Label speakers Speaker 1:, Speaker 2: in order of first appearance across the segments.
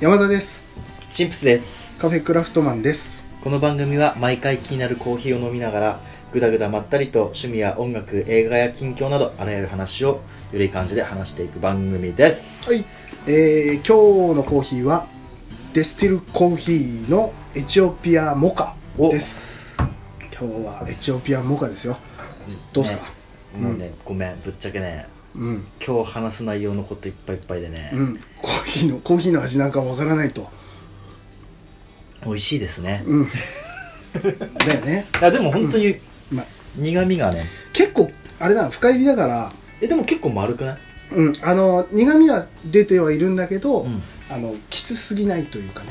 Speaker 1: 山田です
Speaker 2: チンプスです
Speaker 1: カフェクラフトマンです
Speaker 2: この番組は毎回気になるコーヒーを飲みながらぐだぐだまったりと趣味や音楽映画や近況などあらゆる話をよりいい感じで話していく番組です
Speaker 1: はい、えー、今日のコーヒーはデスティルコーヒーのエチオピアモカ
Speaker 2: お
Speaker 1: です今日はエチオピアモカですよどうすか、
Speaker 2: ねもうね、ごめんぶっちゃけね
Speaker 1: うん
Speaker 2: 今日話す内容のこといっぱいいっぱいでね、
Speaker 1: うんコーヒーのコーヒーの味なんかわからないと
Speaker 2: 美味しいですね、
Speaker 1: うんだよね
Speaker 2: いやでも本当に
Speaker 1: まあ
Speaker 2: 苦味がね
Speaker 1: 結構あれだな深入りだから
Speaker 2: えでも結構丸くない、
Speaker 1: うん、あの苦味は出てはいるんだけど、
Speaker 2: うん
Speaker 1: あのきつすぎないというかね、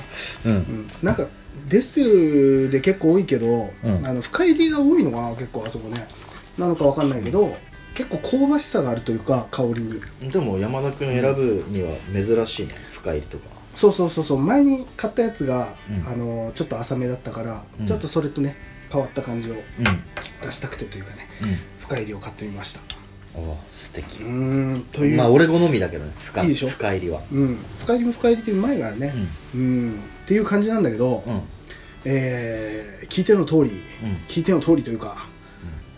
Speaker 2: う、
Speaker 1: うんん、なんかデッセルで結構多いけど、
Speaker 2: うん
Speaker 1: あの深入りが多いのかな結構あそこねなのかわかんないけど結構香ばしさがあるというか香りに
Speaker 2: でも山田君選ぶには珍しいね深入りとか
Speaker 1: そうそうそうそう前に買ったやつが、
Speaker 2: うん
Speaker 1: あのちょっと浅めだったから、
Speaker 2: うん
Speaker 1: ちょっとそれとね変わった感じを
Speaker 2: うんうん
Speaker 1: 出したくてというかね深入りを買ってみました
Speaker 2: お素敵
Speaker 1: うーんという、
Speaker 2: まあ俺好みだけどね深
Speaker 1: いいでしょ
Speaker 2: 深入りは
Speaker 1: うん、深入りも深入りってうまいからね、うんっていう感じなんだけど、
Speaker 2: うんうん
Speaker 1: えー聞いての通り、
Speaker 2: うん
Speaker 1: 聞いての通りというか、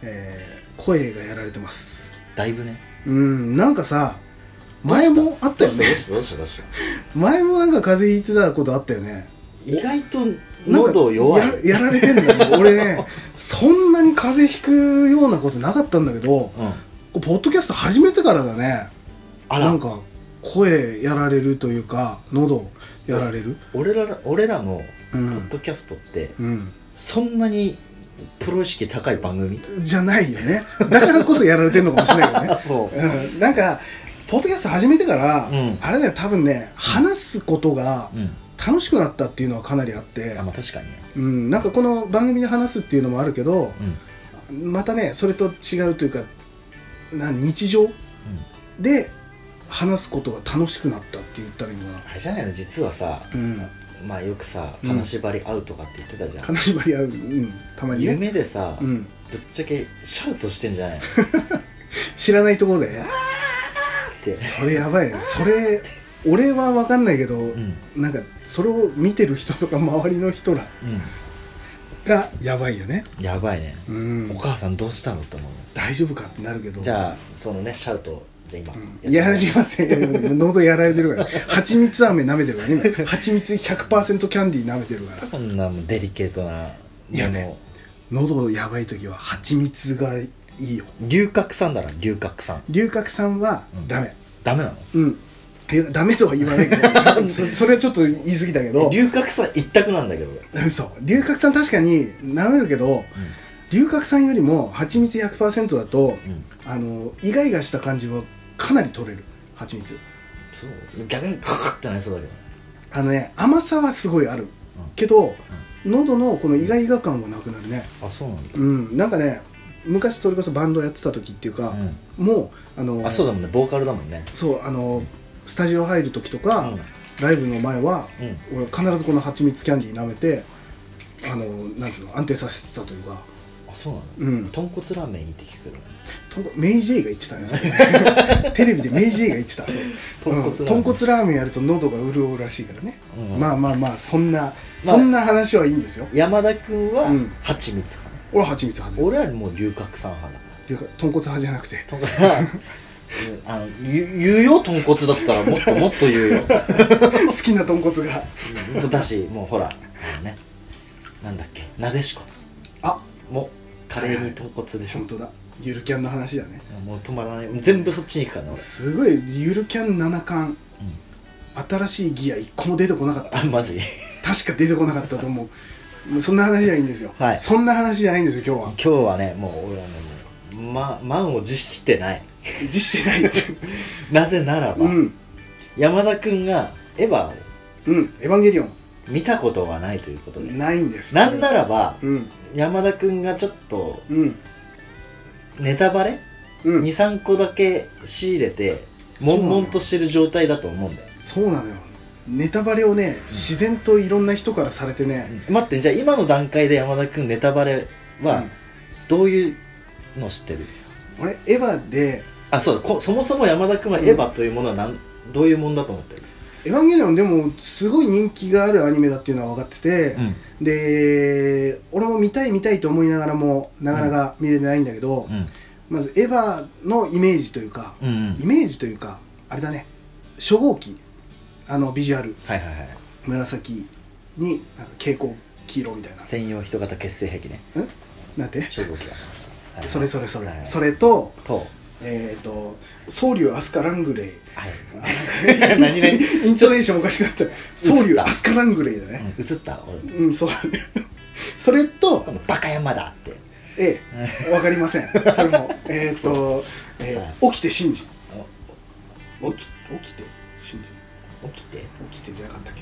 Speaker 1: えー声がやられてます
Speaker 2: だいぶね
Speaker 1: うんなんかさ前もあったよね
Speaker 2: どうしたどうしたどうしたどうし
Speaker 1: 前もなんか風邪ひいてたことあったよね
Speaker 2: た意外と
Speaker 1: なんか
Speaker 2: 喉弱い
Speaker 1: やらやられてんだよ俺ねそんなに風邪ひくようなことなかったんだけど
Speaker 2: うん
Speaker 1: ポッドキャスト始めてからだね
Speaker 2: あら
Speaker 1: なんか声やられるというか喉やられる
Speaker 2: 俺ら俺らの
Speaker 1: う
Speaker 2: ポッ
Speaker 1: ん、
Speaker 2: ドキャストって
Speaker 1: うん、
Speaker 2: そんなにプロ意識高い番組
Speaker 1: じゃないよねだからこそやられてるのかもしれないよね
Speaker 2: そ
Speaker 1: うんなんかポッドキャスト始めてから、
Speaker 2: うん
Speaker 1: あれだよ多分ね話すことが
Speaker 2: うん
Speaker 1: 楽しくなったっていうのはかなりあって
Speaker 2: あ、まあ確かにね
Speaker 1: うん、なんかこの番組で話すっていうのもあるけど
Speaker 2: うん
Speaker 1: またねそれと違うというかな日常
Speaker 2: うん
Speaker 1: で話すことが楽しくなったって言ったらいいのかな
Speaker 2: あれじゃないの実はさ
Speaker 1: うん
Speaker 2: まあよくさ
Speaker 1: うん
Speaker 2: 金縛り合うとかって言ってたじゃん
Speaker 1: 金縛り合う、うん、たまにね、
Speaker 2: 夢でさ
Speaker 1: うん、
Speaker 2: ぶっちゃけシャウトしてんじゃないの
Speaker 1: 知らないところで
Speaker 2: って
Speaker 1: それやばいねそれ俺は分かんないけど、
Speaker 2: うん
Speaker 1: なんかそれを見てる人とか周りの人ら
Speaker 2: う
Speaker 1: がやばいよね
Speaker 2: んやばいね
Speaker 1: うん
Speaker 2: お母さんどうしたのって思うの
Speaker 1: 大丈夫かってなるけど
Speaker 2: じゃあそのねシャウトじゃあ今
Speaker 1: うんやりません喉やられてるから蜂蜜飴舐めてるからね今蜂蜜100%キャンディー舐めてるから
Speaker 2: そんなもうデリケートない
Speaker 1: やね喉やばい時は蜂蜜がいいよ
Speaker 2: もう龍角散だな龍角散
Speaker 1: 龍角散はダメ
Speaker 2: ダメな
Speaker 1: うん、いやダメとは言わないけどそそれはちょっと言い過ぎだけ
Speaker 2: の
Speaker 1: ど
Speaker 2: 龍角散一択なんだけど俺
Speaker 1: 嘘龍角散確かに舐めるけど龍角散よりも蜂蜜100%だと
Speaker 2: うん
Speaker 1: あのイガイガした感じはかなり取れる蜂蜜
Speaker 2: そう逆にカカってなりそうだけど
Speaker 1: あのね甘さはすごいあるけど、喉のこのイガイガ感はなくなるね
Speaker 2: あそうなんだ
Speaker 1: うんなんかね昔それこそバンドやってた時っていうか、もうあの
Speaker 2: あそうだもんねボーカルだもんね
Speaker 1: そうあのスタジオ入る時とか、ライブの前は
Speaker 2: うんうん
Speaker 1: 俺必ずこの蜂蜜キャンディー舐めてあのなんつうの安定させてたというか
Speaker 2: あそうなの
Speaker 1: うん
Speaker 2: 豚骨ラーメンいいって聞くけどね
Speaker 1: とんこメイジェイが言ってたねそ れテレビでメイジェイが言ってたそううん豚
Speaker 2: 豚骨ラーメン
Speaker 1: 骨ラーメンやると喉が潤うらしいからね、
Speaker 2: うん
Speaker 1: まあまあまあそんな、そんな話はいいんですよ
Speaker 2: 山田君は
Speaker 1: うん
Speaker 2: 蜂蜜派ね
Speaker 1: 俺は蜂蜜派で
Speaker 2: 俺はもう龍角散派だから
Speaker 1: ていうか豚骨派じゃなくて
Speaker 2: と かうんあの言う言うよ豚骨だったらもっともっと言うよ
Speaker 1: 好きな豚骨が
Speaker 2: うんだしもうほらあのねなんだっけなでしこ
Speaker 1: あ
Speaker 2: もカレーに豚骨でしょ
Speaker 1: 本当だゆるキャンの話だね
Speaker 2: もう止まらない全部そっちに行くからな俺
Speaker 1: すごいゆるキャン7巻、新しいギア1個も出てこなかった
Speaker 2: あマジ
Speaker 1: 確か出てこなかったと思うもうそんな話じゃないんですよ、
Speaker 2: はい
Speaker 1: そんな話じゃないんですよ今日は
Speaker 2: 今日はねもう俺はねもう、ま、満を持してない
Speaker 1: 実してない
Speaker 2: なぜならば、
Speaker 1: うん
Speaker 2: 山田君がエヴァを
Speaker 1: うんエヴァンゲリオン
Speaker 2: 見たことがないということで
Speaker 1: ないんです
Speaker 2: なんならば
Speaker 1: うん
Speaker 2: 山田君がちょっと
Speaker 1: うん
Speaker 2: ネタバレ
Speaker 1: うん
Speaker 2: 23個だけ仕入れて悶々としてる状態だと思うんだよ、
Speaker 1: そうなのよネタバレをね、自然といろんな人からされてね、
Speaker 2: 待ってじゃあ今の段階で山田君ネタバレ
Speaker 1: う
Speaker 2: は
Speaker 1: ん
Speaker 2: どういうの知ってる、
Speaker 1: 俺エヴァで
Speaker 2: あそうだこそもそも山田君はエヴァというものはなん、どういうもんだと思ってる
Speaker 1: エエヴァンゲリオンでもすごい人気があるアニメだっていうのは分かってて、
Speaker 2: うん
Speaker 1: で俺も見たい見たいと思いながらもなかなか見れてないんだけど、
Speaker 2: うん
Speaker 1: まずエヴァのイメージというか、
Speaker 2: うんうん
Speaker 1: イメージというかあれだね初号機あのビジュアル
Speaker 2: はいはいはい
Speaker 1: 紫になんか蛍光黄色みたいな
Speaker 2: 専用人型結成壁ね
Speaker 1: んなんて
Speaker 2: 初号機が、はい
Speaker 1: それそれそれ、
Speaker 2: はい
Speaker 1: それと
Speaker 2: と
Speaker 1: えっ、と宗龍飛鳥ラングレー
Speaker 2: はい 何々
Speaker 1: イントネーションおかしくなった宗龍飛鳥ラングレーだ
Speaker 2: う
Speaker 1: ね
Speaker 2: ん映った俺
Speaker 1: うん、そう だねそれと
Speaker 2: このバカ山だって
Speaker 1: ええわかりませんそれ もえっと、えー起きて信じ
Speaker 2: お起
Speaker 1: 起きて信じ
Speaker 2: き起きて
Speaker 1: 起きてじゃなかったっけ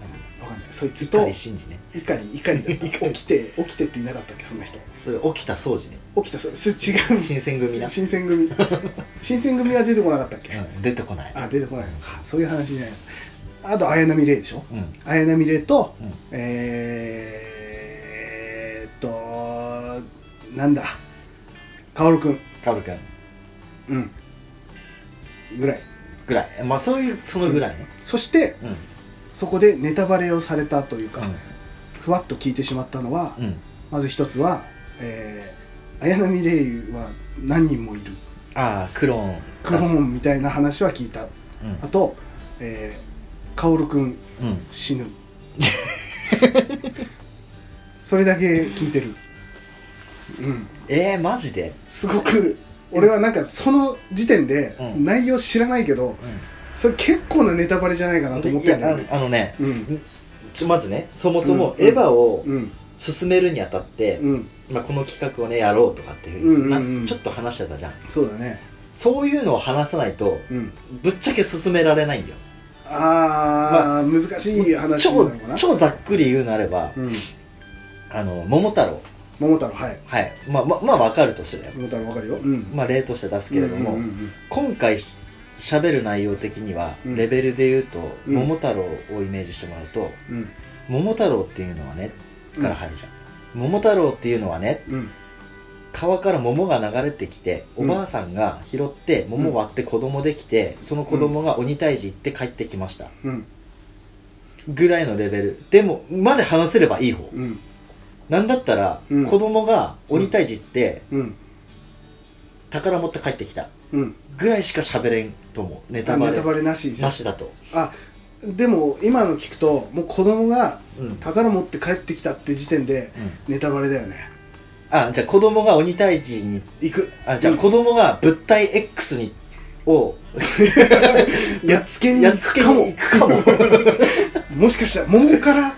Speaker 2: なんだ
Speaker 1: わかんないそいつ
Speaker 2: 怒
Speaker 1: と
Speaker 2: り信じね
Speaker 1: 怒り怒りだった
Speaker 2: 怒り
Speaker 1: 起きて起きてっていなかったっけそんな人
Speaker 2: それ起きた掃除ね
Speaker 1: 起きたそうす違う
Speaker 2: 新選組な、
Speaker 1: 新選組 新選組は出てこなかったっけ、
Speaker 2: うん、出てこない
Speaker 1: あ出てこないのかそういう話じゃないあと綾波レイでしょ
Speaker 2: うん
Speaker 1: 綾波レイと、
Speaker 2: うん
Speaker 1: えー、っとなんだ薫君
Speaker 2: カオル君
Speaker 1: うんぐらい
Speaker 2: ぐらいまあそういうそのぐらいね
Speaker 1: そして
Speaker 2: うん
Speaker 1: そこでネタバレをされたというか、
Speaker 2: う
Speaker 1: ふわっと聞いてしまったのは、
Speaker 2: ん、うん、
Speaker 1: まず一つは、えー、綾波レイは何人もいる
Speaker 2: ああクローン
Speaker 1: クローンみたいな話は聞いたあと、えー、薫君
Speaker 2: うん、うん、
Speaker 1: 死 ぬそれだけ聞いてるうん
Speaker 2: えー、マジです
Speaker 1: ごく俺はなんかその時点で
Speaker 2: うん
Speaker 1: 内容知らないけど、
Speaker 2: う
Speaker 1: それ結構なネタバレじゃないかなと思っ
Speaker 2: い
Speaker 1: て
Speaker 2: や
Speaker 1: んだよね
Speaker 2: あのあのね
Speaker 1: うん
Speaker 2: ちょまずねそもそも
Speaker 1: うん
Speaker 2: エヴァを
Speaker 1: うん
Speaker 2: 進めるにあたって、
Speaker 1: うん
Speaker 2: まあ、この企画をねやろうとかっていうふう
Speaker 1: うんう
Speaker 2: に、
Speaker 1: んうん
Speaker 2: なちょっと話してたじゃん
Speaker 1: そうだね
Speaker 2: そういうのを話さないと
Speaker 1: うん
Speaker 2: ぶっちゃけ進められないんだよ
Speaker 1: ああ、難しい話な
Speaker 2: 超
Speaker 1: のかな
Speaker 2: 超ざっくり言うなれば、
Speaker 1: うん
Speaker 2: あの桃太郎
Speaker 1: 桃太郎はい
Speaker 2: はいまあまあまあわかるとしてだよ
Speaker 1: 桃太郎わかるようん
Speaker 2: まあ例として出すけれども、
Speaker 1: うんうん
Speaker 2: 今回し喋る内容的には、
Speaker 1: うん
Speaker 2: レベルで言うと、
Speaker 1: うん
Speaker 2: 桃太郎をイメージしてもらうと
Speaker 1: うんうん
Speaker 2: 桃太郎っていうのはね
Speaker 1: うん
Speaker 2: から入るじゃん、桃太郎っていうのはね
Speaker 1: うん
Speaker 2: 川から桃が流れてきて
Speaker 1: う
Speaker 2: お
Speaker 1: ん
Speaker 2: ばあさんが拾って桃割って子供できてその子供が鬼退治行って帰ってきました
Speaker 1: うん
Speaker 2: ぐらいのレベルでもまで話せればいい方
Speaker 1: うん
Speaker 2: なんだったら、
Speaker 1: うん
Speaker 2: 子供が鬼退治行って
Speaker 1: うん
Speaker 2: 宝持って帰ってきた
Speaker 1: うん
Speaker 2: ぐらいしか喋れんと思うネタ
Speaker 1: あ
Speaker 2: バ
Speaker 1: ネ
Speaker 2: レ
Speaker 1: タバレなし
Speaker 2: なしだと、
Speaker 1: あでも今の聞くともう子供が
Speaker 2: うん
Speaker 1: 宝持って帰ってきたって時点でネタバレだよね
Speaker 2: あじゃあ子供が鬼退治に
Speaker 1: 行く
Speaker 2: あじゃあ
Speaker 1: うん
Speaker 2: 子供が物体 X にを
Speaker 1: やっつけに
Speaker 2: やっ
Speaker 1: 行
Speaker 2: つ
Speaker 1: く
Speaker 2: け
Speaker 1: かも
Speaker 2: に行くかも
Speaker 1: もしかしたら桃から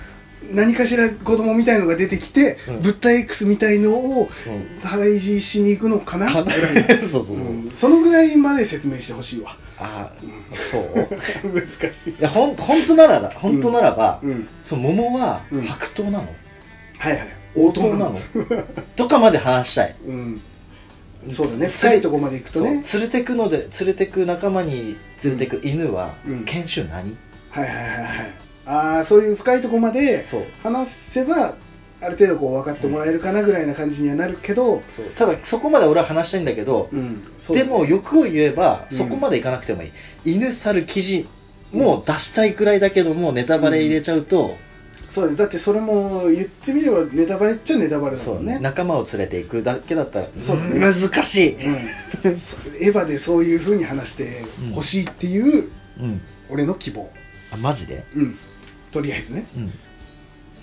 Speaker 1: 何かしら子供みたいのが出てきて、
Speaker 2: うん
Speaker 1: 物体 X みたいのを
Speaker 2: うん
Speaker 1: 退治しに行くのかな
Speaker 2: かな
Speaker 1: ぐらい
Speaker 2: そうそうそう、
Speaker 1: うんそのぐらいまで説明してほしいわ
Speaker 2: あそう
Speaker 1: 難しい
Speaker 2: いやほん本当ならだ本当ならば、
Speaker 1: うん
Speaker 2: その桃は
Speaker 1: うん
Speaker 2: 白桃なの、
Speaker 1: はいはい応答なの
Speaker 2: とかまで話したい
Speaker 1: うんそうだね
Speaker 2: つれ
Speaker 1: 深いとこまで行くとね
Speaker 2: そう連れてくので連れてく仲間に連れてく犬は、
Speaker 1: うん
Speaker 2: 研修何
Speaker 1: はいはいはいはいああそういう深いとこまで
Speaker 2: そう
Speaker 1: 話せばある程度こう分かってもらえるかなぐらいな感じにはなるけど、
Speaker 2: そうただそこまで俺は話したいんだけど、
Speaker 1: うん、そうだ
Speaker 2: で
Speaker 1: ね
Speaker 2: も欲を言えば
Speaker 1: うん
Speaker 2: そこまでいかなくてもいい、犬猿記事もう出したいくらいだけどもネタバレ入れちゃうと、
Speaker 1: そうだねだってそれも言ってみればネタバレっちゃネタバレだ
Speaker 2: そ
Speaker 1: も
Speaker 2: うんね
Speaker 1: ね
Speaker 2: 仲間を連れていくだけだったら
Speaker 1: そうだね
Speaker 2: 難しい、
Speaker 1: うん、そ エヴァでそういうふうに話してほしいっていう
Speaker 2: うん、
Speaker 1: 俺の希望、
Speaker 2: あマジで、
Speaker 1: うん、とりあえずね、
Speaker 2: うん、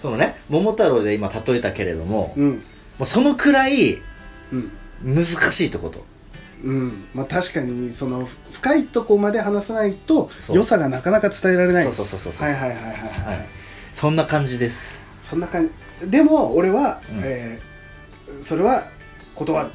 Speaker 2: そのね桃太郎で今例えたけれども、も
Speaker 1: うん
Speaker 2: うそのくらい
Speaker 1: うん
Speaker 2: 難しいってこと
Speaker 1: うんまあ、確かにそのふ深いとこまで話さないと
Speaker 2: そう
Speaker 1: 良さがなかなか伝えられない
Speaker 2: そうそうそうそうそう
Speaker 1: はいはいはいはいはい、
Speaker 2: はいそんな感じです
Speaker 1: そんな感じでも俺は、
Speaker 2: うん
Speaker 1: えーそれは断る、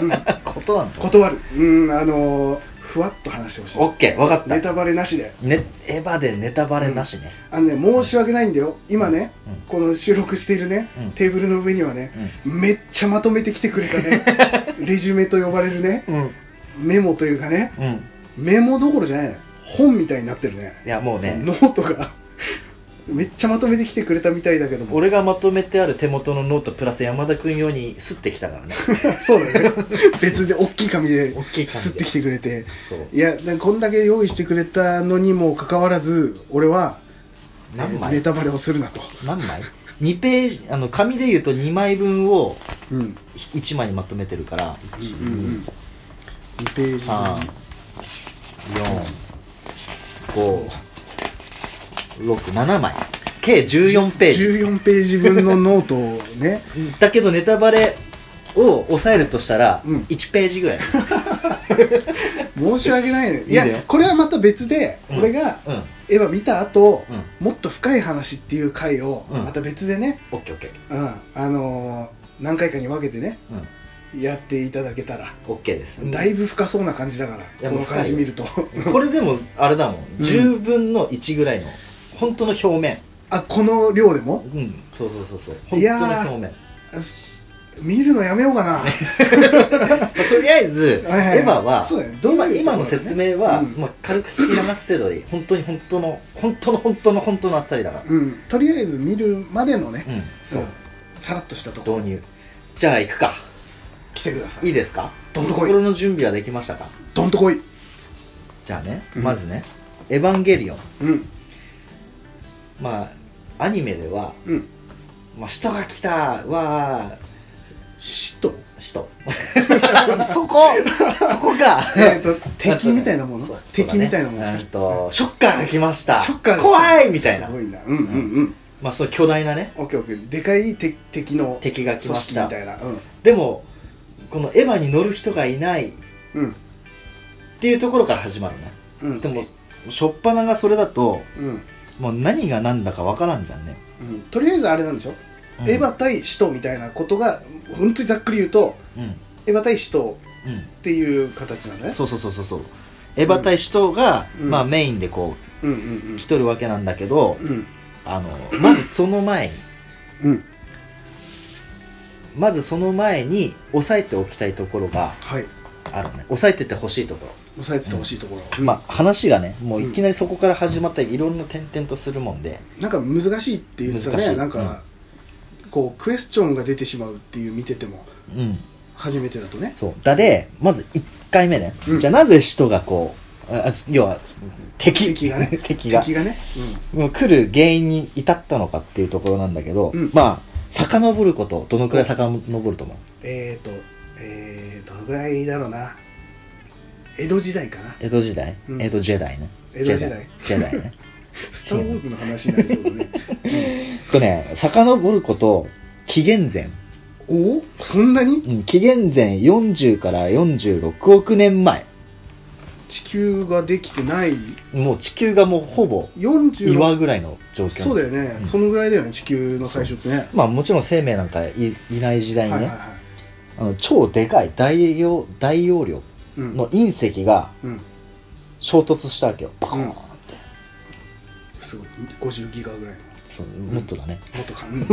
Speaker 1: うんうん
Speaker 2: ことなんだ
Speaker 1: 断るうんあのーふわっと話してほしい
Speaker 2: オッケー分かった
Speaker 1: ネタバレなしで
Speaker 2: ね、エヴァでネタバレなしね、
Speaker 1: あのね申し訳ないんだよ今ね、
Speaker 2: うん
Speaker 1: この収録しているね、
Speaker 2: うん
Speaker 1: テーブルの上にはね、めっちゃまとめてきてくれたね レジュメと呼ばれるね
Speaker 2: うんうん
Speaker 1: メモというかね
Speaker 2: うん
Speaker 1: メモどころじゃないの本みたいになってるね
Speaker 2: いやもう
Speaker 1: その
Speaker 2: ね
Speaker 1: ノートがめっちゃまとめてきてくれたみたいだけども
Speaker 2: 俺がまとめてある手元のノートプラス山田君用に吸ってきたからね
Speaker 1: そうだね別で大きい紙で
Speaker 2: 大きい紙です
Speaker 1: ってきてくれて
Speaker 2: そう
Speaker 1: いやなんかこんだけ用意してくれたのにもかかわらず俺は
Speaker 2: 何
Speaker 1: ネ
Speaker 2: 枚
Speaker 1: タバレをするなと、
Speaker 2: 何枚 ?2 ページあの紙で言うと2枚分を
Speaker 1: うんうん
Speaker 2: 1枚にまとめてるから
Speaker 1: うん、2ページ
Speaker 2: 3 4 5 6 7枚計14ページ
Speaker 1: 14ページ分のノートを ね
Speaker 2: だけどネタバレを抑えるとしたら
Speaker 1: うん
Speaker 2: 1ページぐらい、
Speaker 1: 申し訳ないねい
Speaker 2: い
Speaker 1: や
Speaker 2: いんだよ
Speaker 1: これはまた別で、
Speaker 2: うん
Speaker 1: 俺が
Speaker 2: うん、うん
Speaker 1: エヴァ見た後、もっと深い話っていう回を
Speaker 2: うん
Speaker 1: また別でね、
Speaker 2: オッケーオッケー
Speaker 1: うんあのー何回かに分けてね
Speaker 2: うん
Speaker 1: やっていただけたら、
Speaker 2: オッケーです
Speaker 1: だいぶ深そうな感じだから
Speaker 2: や
Speaker 1: この感じ
Speaker 2: もう
Speaker 1: 見
Speaker 2: 深
Speaker 1: ると
Speaker 2: これでもあれだもん、
Speaker 1: うん
Speaker 2: 10分の1ぐらいの本当の表面
Speaker 1: あこの量でも
Speaker 2: うんそうそうそうそう本
Speaker 1: い
Speaker 2: 当
Speaker 1: やー
Speaker 2: の表面、ま
Speaker 1: あす見るのやめようかな
Speaker 2: あとりあえ ず
Speaker 1: はいはい
Speaker 2: エヴァは
Speaker 1: そうだねどういうところ
Speaker 2: 今今の説明は、
Speaker 1: うん
Speaker 2: まあ、軽く聞き流す程度でいい本当に本当の本当の本当の本当のあっさりだから
Speaker 1: うんとりあえず見るまでのね、
Speaker 2: うんそう、
Speaker 1: んさらっとしたとこ
Speaker 2: 導入じゃあ行くか
Speaker 1: 来てくださ
Speaker 2: い
Speaker 1: い
Speaker 2: いですか
Speaker 1: どんとこい
Speaker 2: 心の準備はできましたか
Speaker 1: どんとこい
Speaker 2: じゃあね、
Speaker 1: うん
Speaker 2: まずね「エヴァンゲリオン
Speaker 1: うん」
Speaker 2: まあアニメでは
Speaker 1: うん
Speaker 2: 「まあ、使徒が来た!」は
Speaker 1: 死と
Speaker 2: 「使徒」そこそこか
Speaker 1: えーと 敵みたいなもの、
Speaker 2: そう
Speaker 1: 敵みたいなもの
Speaker 2: そ
Speaker 1: です
Speaker 2: うだねうん
Speaker 1: ね
Speaker 2: とショッカーが来ました
Speaker 1: ショッカーが
Speaker 2: 怖いみたいな
Speaker 1: すごいなうんうんうん
Speaker 2: まあその巨大なね
Speaker 1: オッケーオッケーでかい敵敵の
Speaker 2: 敵が来
Speaker 1: 組
Speaker 2: まし
Speaker 1: 織み
Speaker 2: た
Speaker 1: たいなうん
Speaker 2: でもこのエヴァに乗る人がいないっ
Speaker 1: うん
Speaker 2: ていうところから始まるね
Speaker 1: うん
Speaker 2: でもしょっぱながそれだと
Speaker 1: うん
Speaker 2: もう何が何だかわからんじゃんね、
Speaker 1: うんとりあえずあれなんでしょ
Speaker 2: うん、
Speaker 1: エヴァ対使徒みたいなことが本当にざっくり言うと
Speaker 2: うん
Speaker 1: エヴァ対使徒
Speaker 2: うん
Speaker 1: っていう形なんだね
Speaker 2: そうそうそうそうそうエヴァ対使徒が、
Speaker 1: うん
Speaker 2: まあ、メインでこ
Speaker 1: うん
Speaker 2: う来とるわけなんだけど、
Speaker 1: うんうん
Speaker 2: あのまずその前に
Speaker 1: うん
Speaker 2: まずその前に押さえておきたいところが
Speaker 1: はい
Speaker 2: あるね押さえててほしいところ、
Speaker 1: 押さえててほしいところ、
Speaker 2: まあ話がねもう
Speaker 1: うん
Speaker 2: いきなりそこから始まったいろんな点々とするもんで、
Speaker 1: なんか難しいって言ってた
Speaker 2: 難し
Speaker 1: ね
Speaker 2: い
Speaker 1: なんか、こうクエスチョンが出てしまうっていう見てても
Speaker 2: うん、
Speaker 1: 初めてだとね
Speaker 2: そうだでまず1回目ね、
Speaker 1: うん
Speaker 2: じゃあなぜ使徒がこうああ要は敵
Speaker 1: 敵がね
Speaker 2: 敵が
Speaker 1: 敵がね
Speaker 2: もう来る原因に至ったのかっていうところなんだけど、
Speaker 1: うん
Speaker 2: まあ遡ることどのくらい遡ると思う
Speaker 1: えっ、ー、とえー、どのぐらいだろうな江戸時代かな
Speaker 2: 江戸時代、
Speaker 1: うん
Speaker 2: 江戸ジェダイね
Speaker 1: 江戸時代
Speaker 2: ジェダイジェダイね
Speaker 1: スター・ウォーズの話になりそうだ ね
Speaker 2: とね遡ること紀元前、
Speaker 1: おおそんなに
Speaker 2: うん、紀元前40から46億年前
Speaker 1: 地球ができてない
Speaker 2: もう地球がもうほぼ岩
Speaker 1: 46
Speaker 2: ぐらいの状況
Speaker 1: そうだよね、
Speaker 2: うん
Speaker 1: そのぐらいだよね地球の最初ってね
Speaker 2: まあもちろん生命なんかいいない時代
Speaker 1: はい
Speaker 2: に
Speaker 1: は
Speaker 2: ね、
Speaker 1: いはい
Speaker 2: あの超でかい大容大容量
Speaker 1: うん
Speaker 2: の隕石が
Speaker 1: うん
Speaker 2: 衝突したわけよバコーンって、
Speaker 1: すごい50ギガぐらいの
Speaker 2: そうもっとだね、
Speaker 1: もっとか うんはい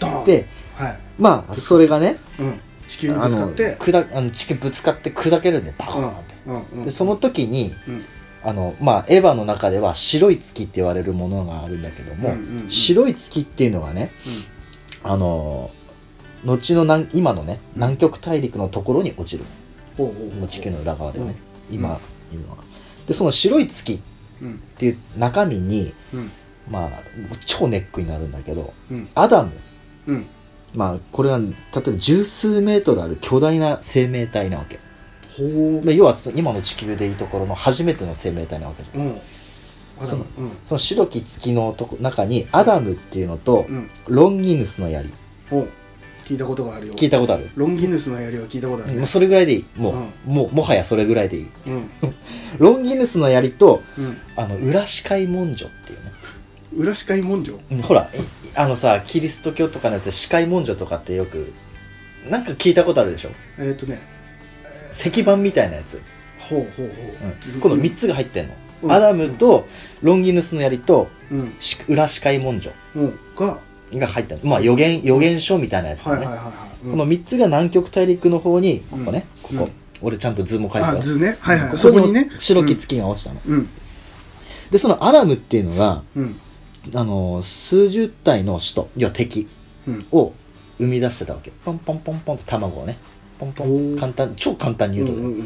Speaker 1: ドーン
Speaker 2: で
Speaker 1: はい
Speaker 2: まあそれがね
Speaker 1: うん、地球に
Speaker 2: あ
Speaker 1: ぶつかっ
Speaker 2: の
Speaker 1: て
Speaker 2: 砕あの地球ぶつかって砕けるんでバコーンって、
Speaker 1: うんうん
Speaker 2: でその時に
Speaker 1: うん
Speaker 2: あの、まあ、エヴァの中では白い月って言われるものがあるんだけども、
Speaker 1: うんうんうん
Speaker 2: 白い月っていうのはねあの後の南今のね南極大陸のところに落ちる、
Speaker 1: ほうほうほう
Speaker 2: もう地球の裏側でね、
Speaker 1: うん
Speaker 2: 今いうのはでその白い月っ
Speaker 1: うん
Speaker 2: ていう中身に
Speaker 1: うん
Speaker 2: まあ超ネックになるんだけど
Speaker 1: うん
Speaker 2: アダム
Speaker 1: うん
Speaker 2: まあこれは例えば十数メートルある巨大な生命体なわけ
Speaker 1: ほう
Speaker 2: まあ要は今の地球でいうところの初めての生命体なわけじゃん
Speaker 1: うんあ
Speaker 2: そ
Speaker 1: だ
Speaker 2: の
Speaker 1: うん
Speaker 2: その白き月のとこ中にアダムっていうのと
Speaker 1: うん
Speaker 2: ロンギヌスの槍
Speaker 1: ほう聞いたことがあるよ
Speaker 2: 聞いたことある
Speaker 1: ロンギヌスのやりは聞いたことある
Speaker 2: も
Speaker 1: ね
Speaker 2: うそれぐらいでいいもう、
Speaker 1: う
Speaker 2: もうもはやそれぐらいでいい
Speaker 1: うん
Speaker 2: ロンギヌスの槍と
Speaker 1: うん
Speaker 2: あの裏視界文書っていうね
Speaker 1: 裏視界文書
Speaker 2: ほらえあのさキリスト教とかのやつで視界文書とかってよくなんか聞いたことあるでしょ
Speaker 1: えっとね
Speaker 2: 石板みたいなやつ、
Speaker 1: ほうほう
Speaker 2: う
Speaker 1: ほ
Speaker 2: ん、
Speaker 1: う
Speaker 2: この3つが入ってんの、
Speaker 1: うん
Speaker 2: アダムとロンギヌスの槍と
Speaker 1: うん
Speaker 2: し裏視界文書
Speaker 1: うんが
Speaker 2: が入ったまあ予言予言書みたいなやつだ
Speaker 1: はいはい
Speaker 2: ね、
Speaker 1: はいはい
Speaker 2: この3つが南極大陸の方にここね、
Speaker 1: うん
Speaker 2: ここ、
Speaker 1: うん
Speaker 2: 俺ちゃんと図も書いてあ
Speaker 1: あ
Speaker 2: る
Speaker 1: 図ねはいはい
Speaker 2: そ
Speaker 1: そ
Speaker 2: こ
Speaker 1: こ
Speaker 2: に
Speaker 1: に
Speaker 2: ね
Speaker 1: ね
Speaker 2: 白き月が落ちたの、
Speaker 1: うん
Speaker 2: でそのアダムっていうのが
Speaker 1: うん
Speaker 2: あの数十体の使徒要は敵
Speaker 1: うん
Speaker 2: を生み出してたわけポンポンポンポンって卵をねポンポ
Speaker 1: お
Speaker 2: ン
Speaker 1: ー
Speaker 2: 簡単超簡単に言うとね、
Speaker 1: うんうんうん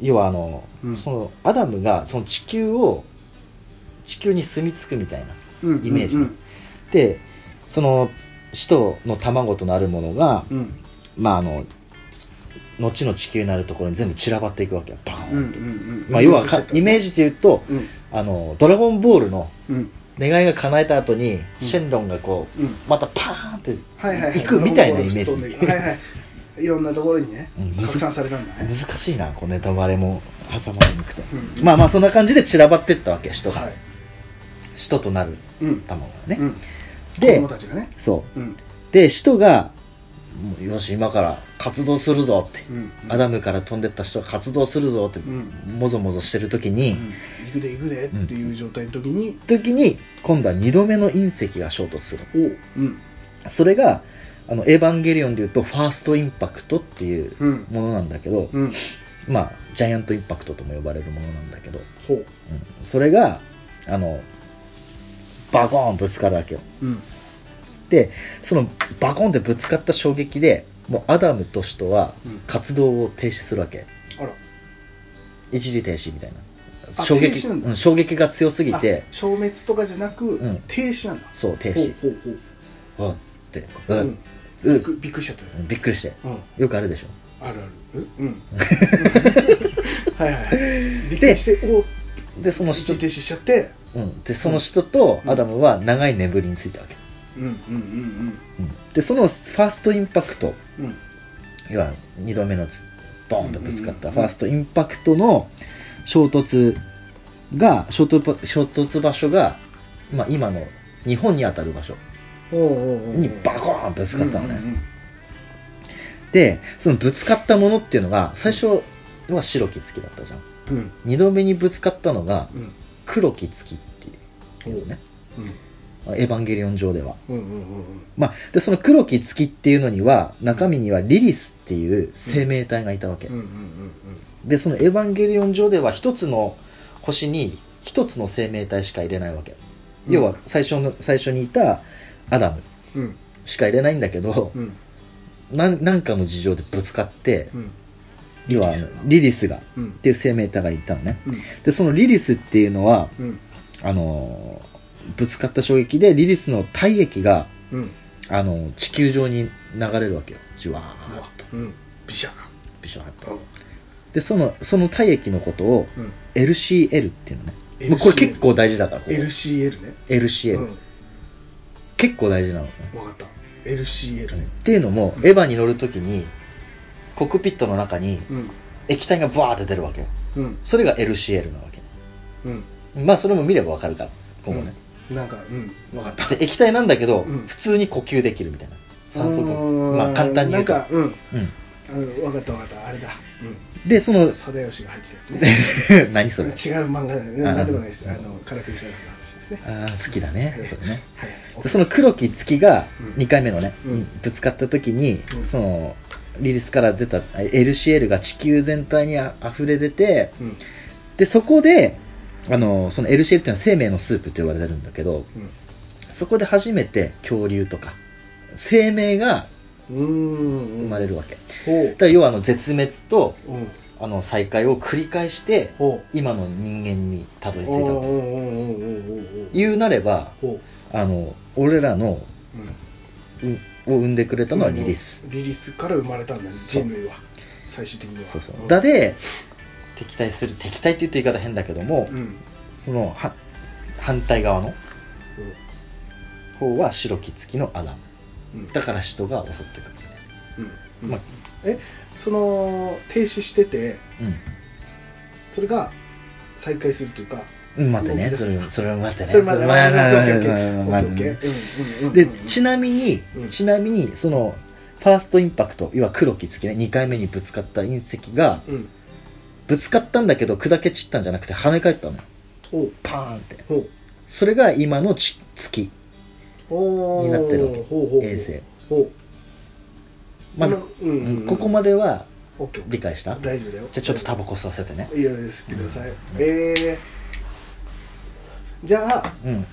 Speaker 2: 要はあの、
Speaker 1: うん
Speaker 2: そのアダムがその地球を地球に住み着くみたいな
Speaker 1: うんうん
Speaker 2: イメージ
Speaker 1: うん
Speaker 2: でその使徒の卵となるものが、
Speaker 1: うん
Speaker 2: まああの後の地球になるところに全部散らばっていくわけよバーン、
Speaker 1: うんうんうん
Speaker 2: まあ、要はかイメージで言うと
Speaker 1: うん
Speaker 2: あのドラゴンボールの
Speaker 1: うん
Speaker 2: 願いが叶えた後
Speaker 1: う
Speaker 2: に、
Speaker 1: ん
Speaker 2: シェンロンがこう
Speaker 1: うん
Speaker 2: またパーンって
Speaker 1: はいはいはい
Speaker 2: 行くみたいなイメージ
Speaker 1: 飛んでいくはいはいいろんなところにね
Speaker 2: うん
Speaker 1: 拡散されたんだね
Speaker 2: 難しいなこうネタバレも挟まれにくて、
Speaker 1: うん
Speaker 2: まあまあそんな感じで散らばってったわけ使徒が、
Speaker 1: はい
Speaker 2: 使徒となる
Speaker 1: うん
Speaker 2: 卵がね、
Speaker 1: うん子
Speaker 2: で
Speaker 1: 供たちがね
Speaker 2: そう
Speaker 1: うん
Speaker 2: で使徒がもうよし今から活動するぞって、
Speaker 1: うん
Speaker 2: アダムから飛んでった人が活動するぞって、
Speaker 1: うん
Speaker 2: もぞもぞしてる時に、
Speaker 1: うん行くで行くでっていう状態の時に
Speaker 2: 時に今度は2度目の隕石が衝突する
Speaker 1: おううん
Speaker 2: それがあのエヴァンゲリオンでいうとファーストインパクトっていう
Speaker 1: うん
Speaker 2: ものなんだけど、
Speaker 1: うん
Speaker 2: まあジャイアントインパクトとも呼ばれるものなんだけど、
Speaker 1: ほう
Speaker 2: うんそれがあのバコーンぶつかるわけよ
Speaker 1: うん
Speaker 2: でそのバコンってぶつかった衝撃でもうアダムと使徒は
Speaker 1: うん
Speaker 2: 活動を停止するわけ、
Speaker 1: あら
Speaker 2: 一時停止みたいな
Speaker 1: あ
Speaker 2: 衝
Speaker 1: 停
Speaker 2: 撃
Speaker 1: 止なんだ
Speaker 2: うん衝撃が強すぎて
Speaker 1: あ消滅とかじゃなく
Speaker 2: うん
Speaker 1: 停止なんだ
Speaker 2: そう停
Speaker 1: ほ
Speaker 2: 止
Speaker 1: うほう
Speaker 2: うわってう
Speaker 1: ほ
Speaker 2: わ
Speaker 1: ううんび
Speaker 2: うわ
Speaker 1: っくびっくりしちゃったよ
Speaker 2: びっくりして
Speaker 1: うん
Speaker 2: よくあるでしょ
Speaker 1: あるあるえうんはいはいはいびっくりしておう
Speaker 2: でその
Speaker 1: 一
Speaker 2: 人
Speaker 1: 時停止しちゃって
Speaker 2: うん、でその人とアダムは長い眠りについたわけ、
Speaker 1: うんうんうん
Speaker 2: うんでそのファーストインパクト
Speaker 1: うんうん
Speaker 2: 要は2度目のつボーンとぶつかっ
Speaker 1: う
Speaker 2: た
Speaker 1: ん
Speaker 2: ファーストインパクトの衝突が衝突ば衝突場所が、まあ、今の日本にあたる場所
Speaker 1: おうおうおうおう
Speaker 2: にバコーンぶつかったのね、
Speaker 1: うんうんうん
Speaker 2: でそのぶつかったものっていうのが最初は白き月だったじゃん
Speaker 1: うん
Speaker 2: 2度目にぶつかったのが
Speaker 1: うん
Speaker 2: 黒き月っていうねエヴァンゲリオン上では
Speaker 1: うんうんうんうんうん
Speaker 2: まあ、でその黒き月っていうのには中身にはリリスっていう生命体がいたわけ、
Speaker 1: うんうん
Speaker 2: でその「エヴァンゲリオン」上では一つの星に一つの生命体しか入れないわけ
Speaker 1: うん
Speaker 2: 要は最初の最初にいたアダム
Speaker 1: うんうん
Speaker 2: しか入れないんだけど
Speaker 1: うん
Speaker 2: なんなんかの事情でぶつかって
Speaker 1: うん
Speaker 2: 要はあ
Speaker 1: リリス
Speaker 2: の
Speaker 1: が
Speaker 2: リリスがっ
Speaker 1: うん
Speaker 2: ていう生命体がいたのね
Speaker 1: うん
Speaker 2: でそのリリスっていうのは
Speaker 1: うん
Speaker 2: あのーぶつかった衝撃でリリスの体液が
Speaker 1: うん
Speaker 2: あのー地球上に流れるわけよじゅわ
Speaker 1: う
Speaker 2: ーっ
Speaker 1: わうんビシャ
Speaker 2: とびしょーっと
Speaker 1: うん
Speaker 2: でそのその体液のことを
Speaker 1: うん
Speaker 2: LCL っていうのね
Speaker 1: LCL
Speaker 2: もうこれ結構大事だからここ
Speaker 1: LCL ね
Speaker 2: LCL、
Speaker 1: うん
Speaker 2: 結構大事なのね
Speaker 1: わかった LCL ね
Speaker 2: っていうのもエヴァに乗るときにコックピットの中に
Speaker 1: うん
Speaker 2: 液体がブワーって出るわけよ
Speaker 1: うん
Speaker 2: それが LCL なわ
Speaker 1: うん
Speaker 2: けまあそれも見ればわかるから今後ね、
Speaker 1: なんかうんわかった
Speaker 2: で液体なんだけど、
Speaker 1: うん
Speaker 2: 普通に呼吸できるみたいな酸素
Speaker 1: う
Speaker 2: が
Speaker 1: ん
Speaker 2: まあ簡単に言うと
Speaker 1: なんかうん
Speaker 2: うん
Speaker 1: うんわかったわかったあれだ
Speaker 2: でその
Speaker 1: うん貞義が入ってたやつね
Speaker 2: 何そ
Speaker 1: 違
Speaker 2: れ
Speaker 1: う漫画だよね
Speaker 2: あー
Speaker 1: なんでもないですあのカラクリサイズの話ですね
Speaker 2: あー好きだねそれね
Speaker 1: はい
Speaker 2: でその黒き月が
Speaker 1: うん
Speaker 2: 2回目のね、
Speaker 1: うん
Speaker 2: にぶつかった時に、
Speaker 1: うん
Speaker 2: そのリリスから出たあ LCL が地球全体にあ溢れ出て
Speaker 1: うん
Speaker 2: でそこであのその LCL っていうのは生命のスープって呼ばれてるんだけどそこで初めて恐竜とか生命が
Speaker 1: うんうん
Speaker 2: 生まれるわけ、
Speaker 1: ほう
Speaker 2: だから要はあの絶滅と
Speaker 1: うん
Speaker 2: あの再会を繰り返して
Speaker 1: ほう
Speaker 2: 今の人間にたどり
Speaker 1: お
Speaker 2: 着いたわけ
Speaker 1: うおうおうおうおうおう
Speaker 2: 言うなれば
Speaker 1: ほう
Speaker 2: あの俺らの
Speaker 1: うん
Speaker 2: うを生んでくれたのはリリス、
Speaker 1: リリスから生まれたんだね
Speaker 2: そう
Speaker 1: 人類は最終的には
Speaker 2: そうそう、
Speaker 1: ん
Speaker 2: だで敵対する敵対って言って言い方変だけども、
Speaker 1: うんうん
Speaker 2: そのは反対側の方は白き月のアダム
Speaker 1: うん
Speaker 2: だから人が襲ってくる、
Speaker 1: うん
Speaker 2: まあ
Speaker 1: えその停止しててそれが再開するというか
Speaker 2: うん、待って
Speaker 1: 動
Speaker 2: ね
Speaker 1: き出す
Speaker 2: それそれ待ってね
Speaker 1: それまで
Speaker 2: まあまあまあ
Speaker 1: オッケ
Speaker 2: まあ
Speaker 1: ーオ
Speaker 2: まあまあ
Speaker 1: ッケーオッケーオッケーうんうんうんうん
Speaker 2: でちなみに、
Speaker 1: うん
Speaker 2: ちなみにそのファーストインパクト要は黒き月ね2回目にぶつかった隕石が
Speaker 1: うん
Speaker 2: ぶつかったんだけど砕け散ったんじゃなくて跳ね返ったのよ
Speaker 1: おう
Speaker 2: パーンって
Speaker 1: ほう
Speaker 2: それが今のち月
Speaker 1: おー
Speaker 2: になってるわ
Speaker 1: ほ
Speaker 2: け
Speaker 1: うほうほう
Speaker 2: 衛星
Speaker 1: ほう
Speaker 2: まず、
Speaker 1: うんう
Speaker 2: うん
Speaker 1: うん
Speaker 2: ん、ここまでは
Speaker 1: オッケーオッケ
Speaker 2: 理解した
Speaker 1: ー大丈夫だよ
Speaker 2: じゃあちょっとタバコ吸わせてね
Speaker 1: いろいろ吸ってください、えー、じゃあ
Speaker 2: うん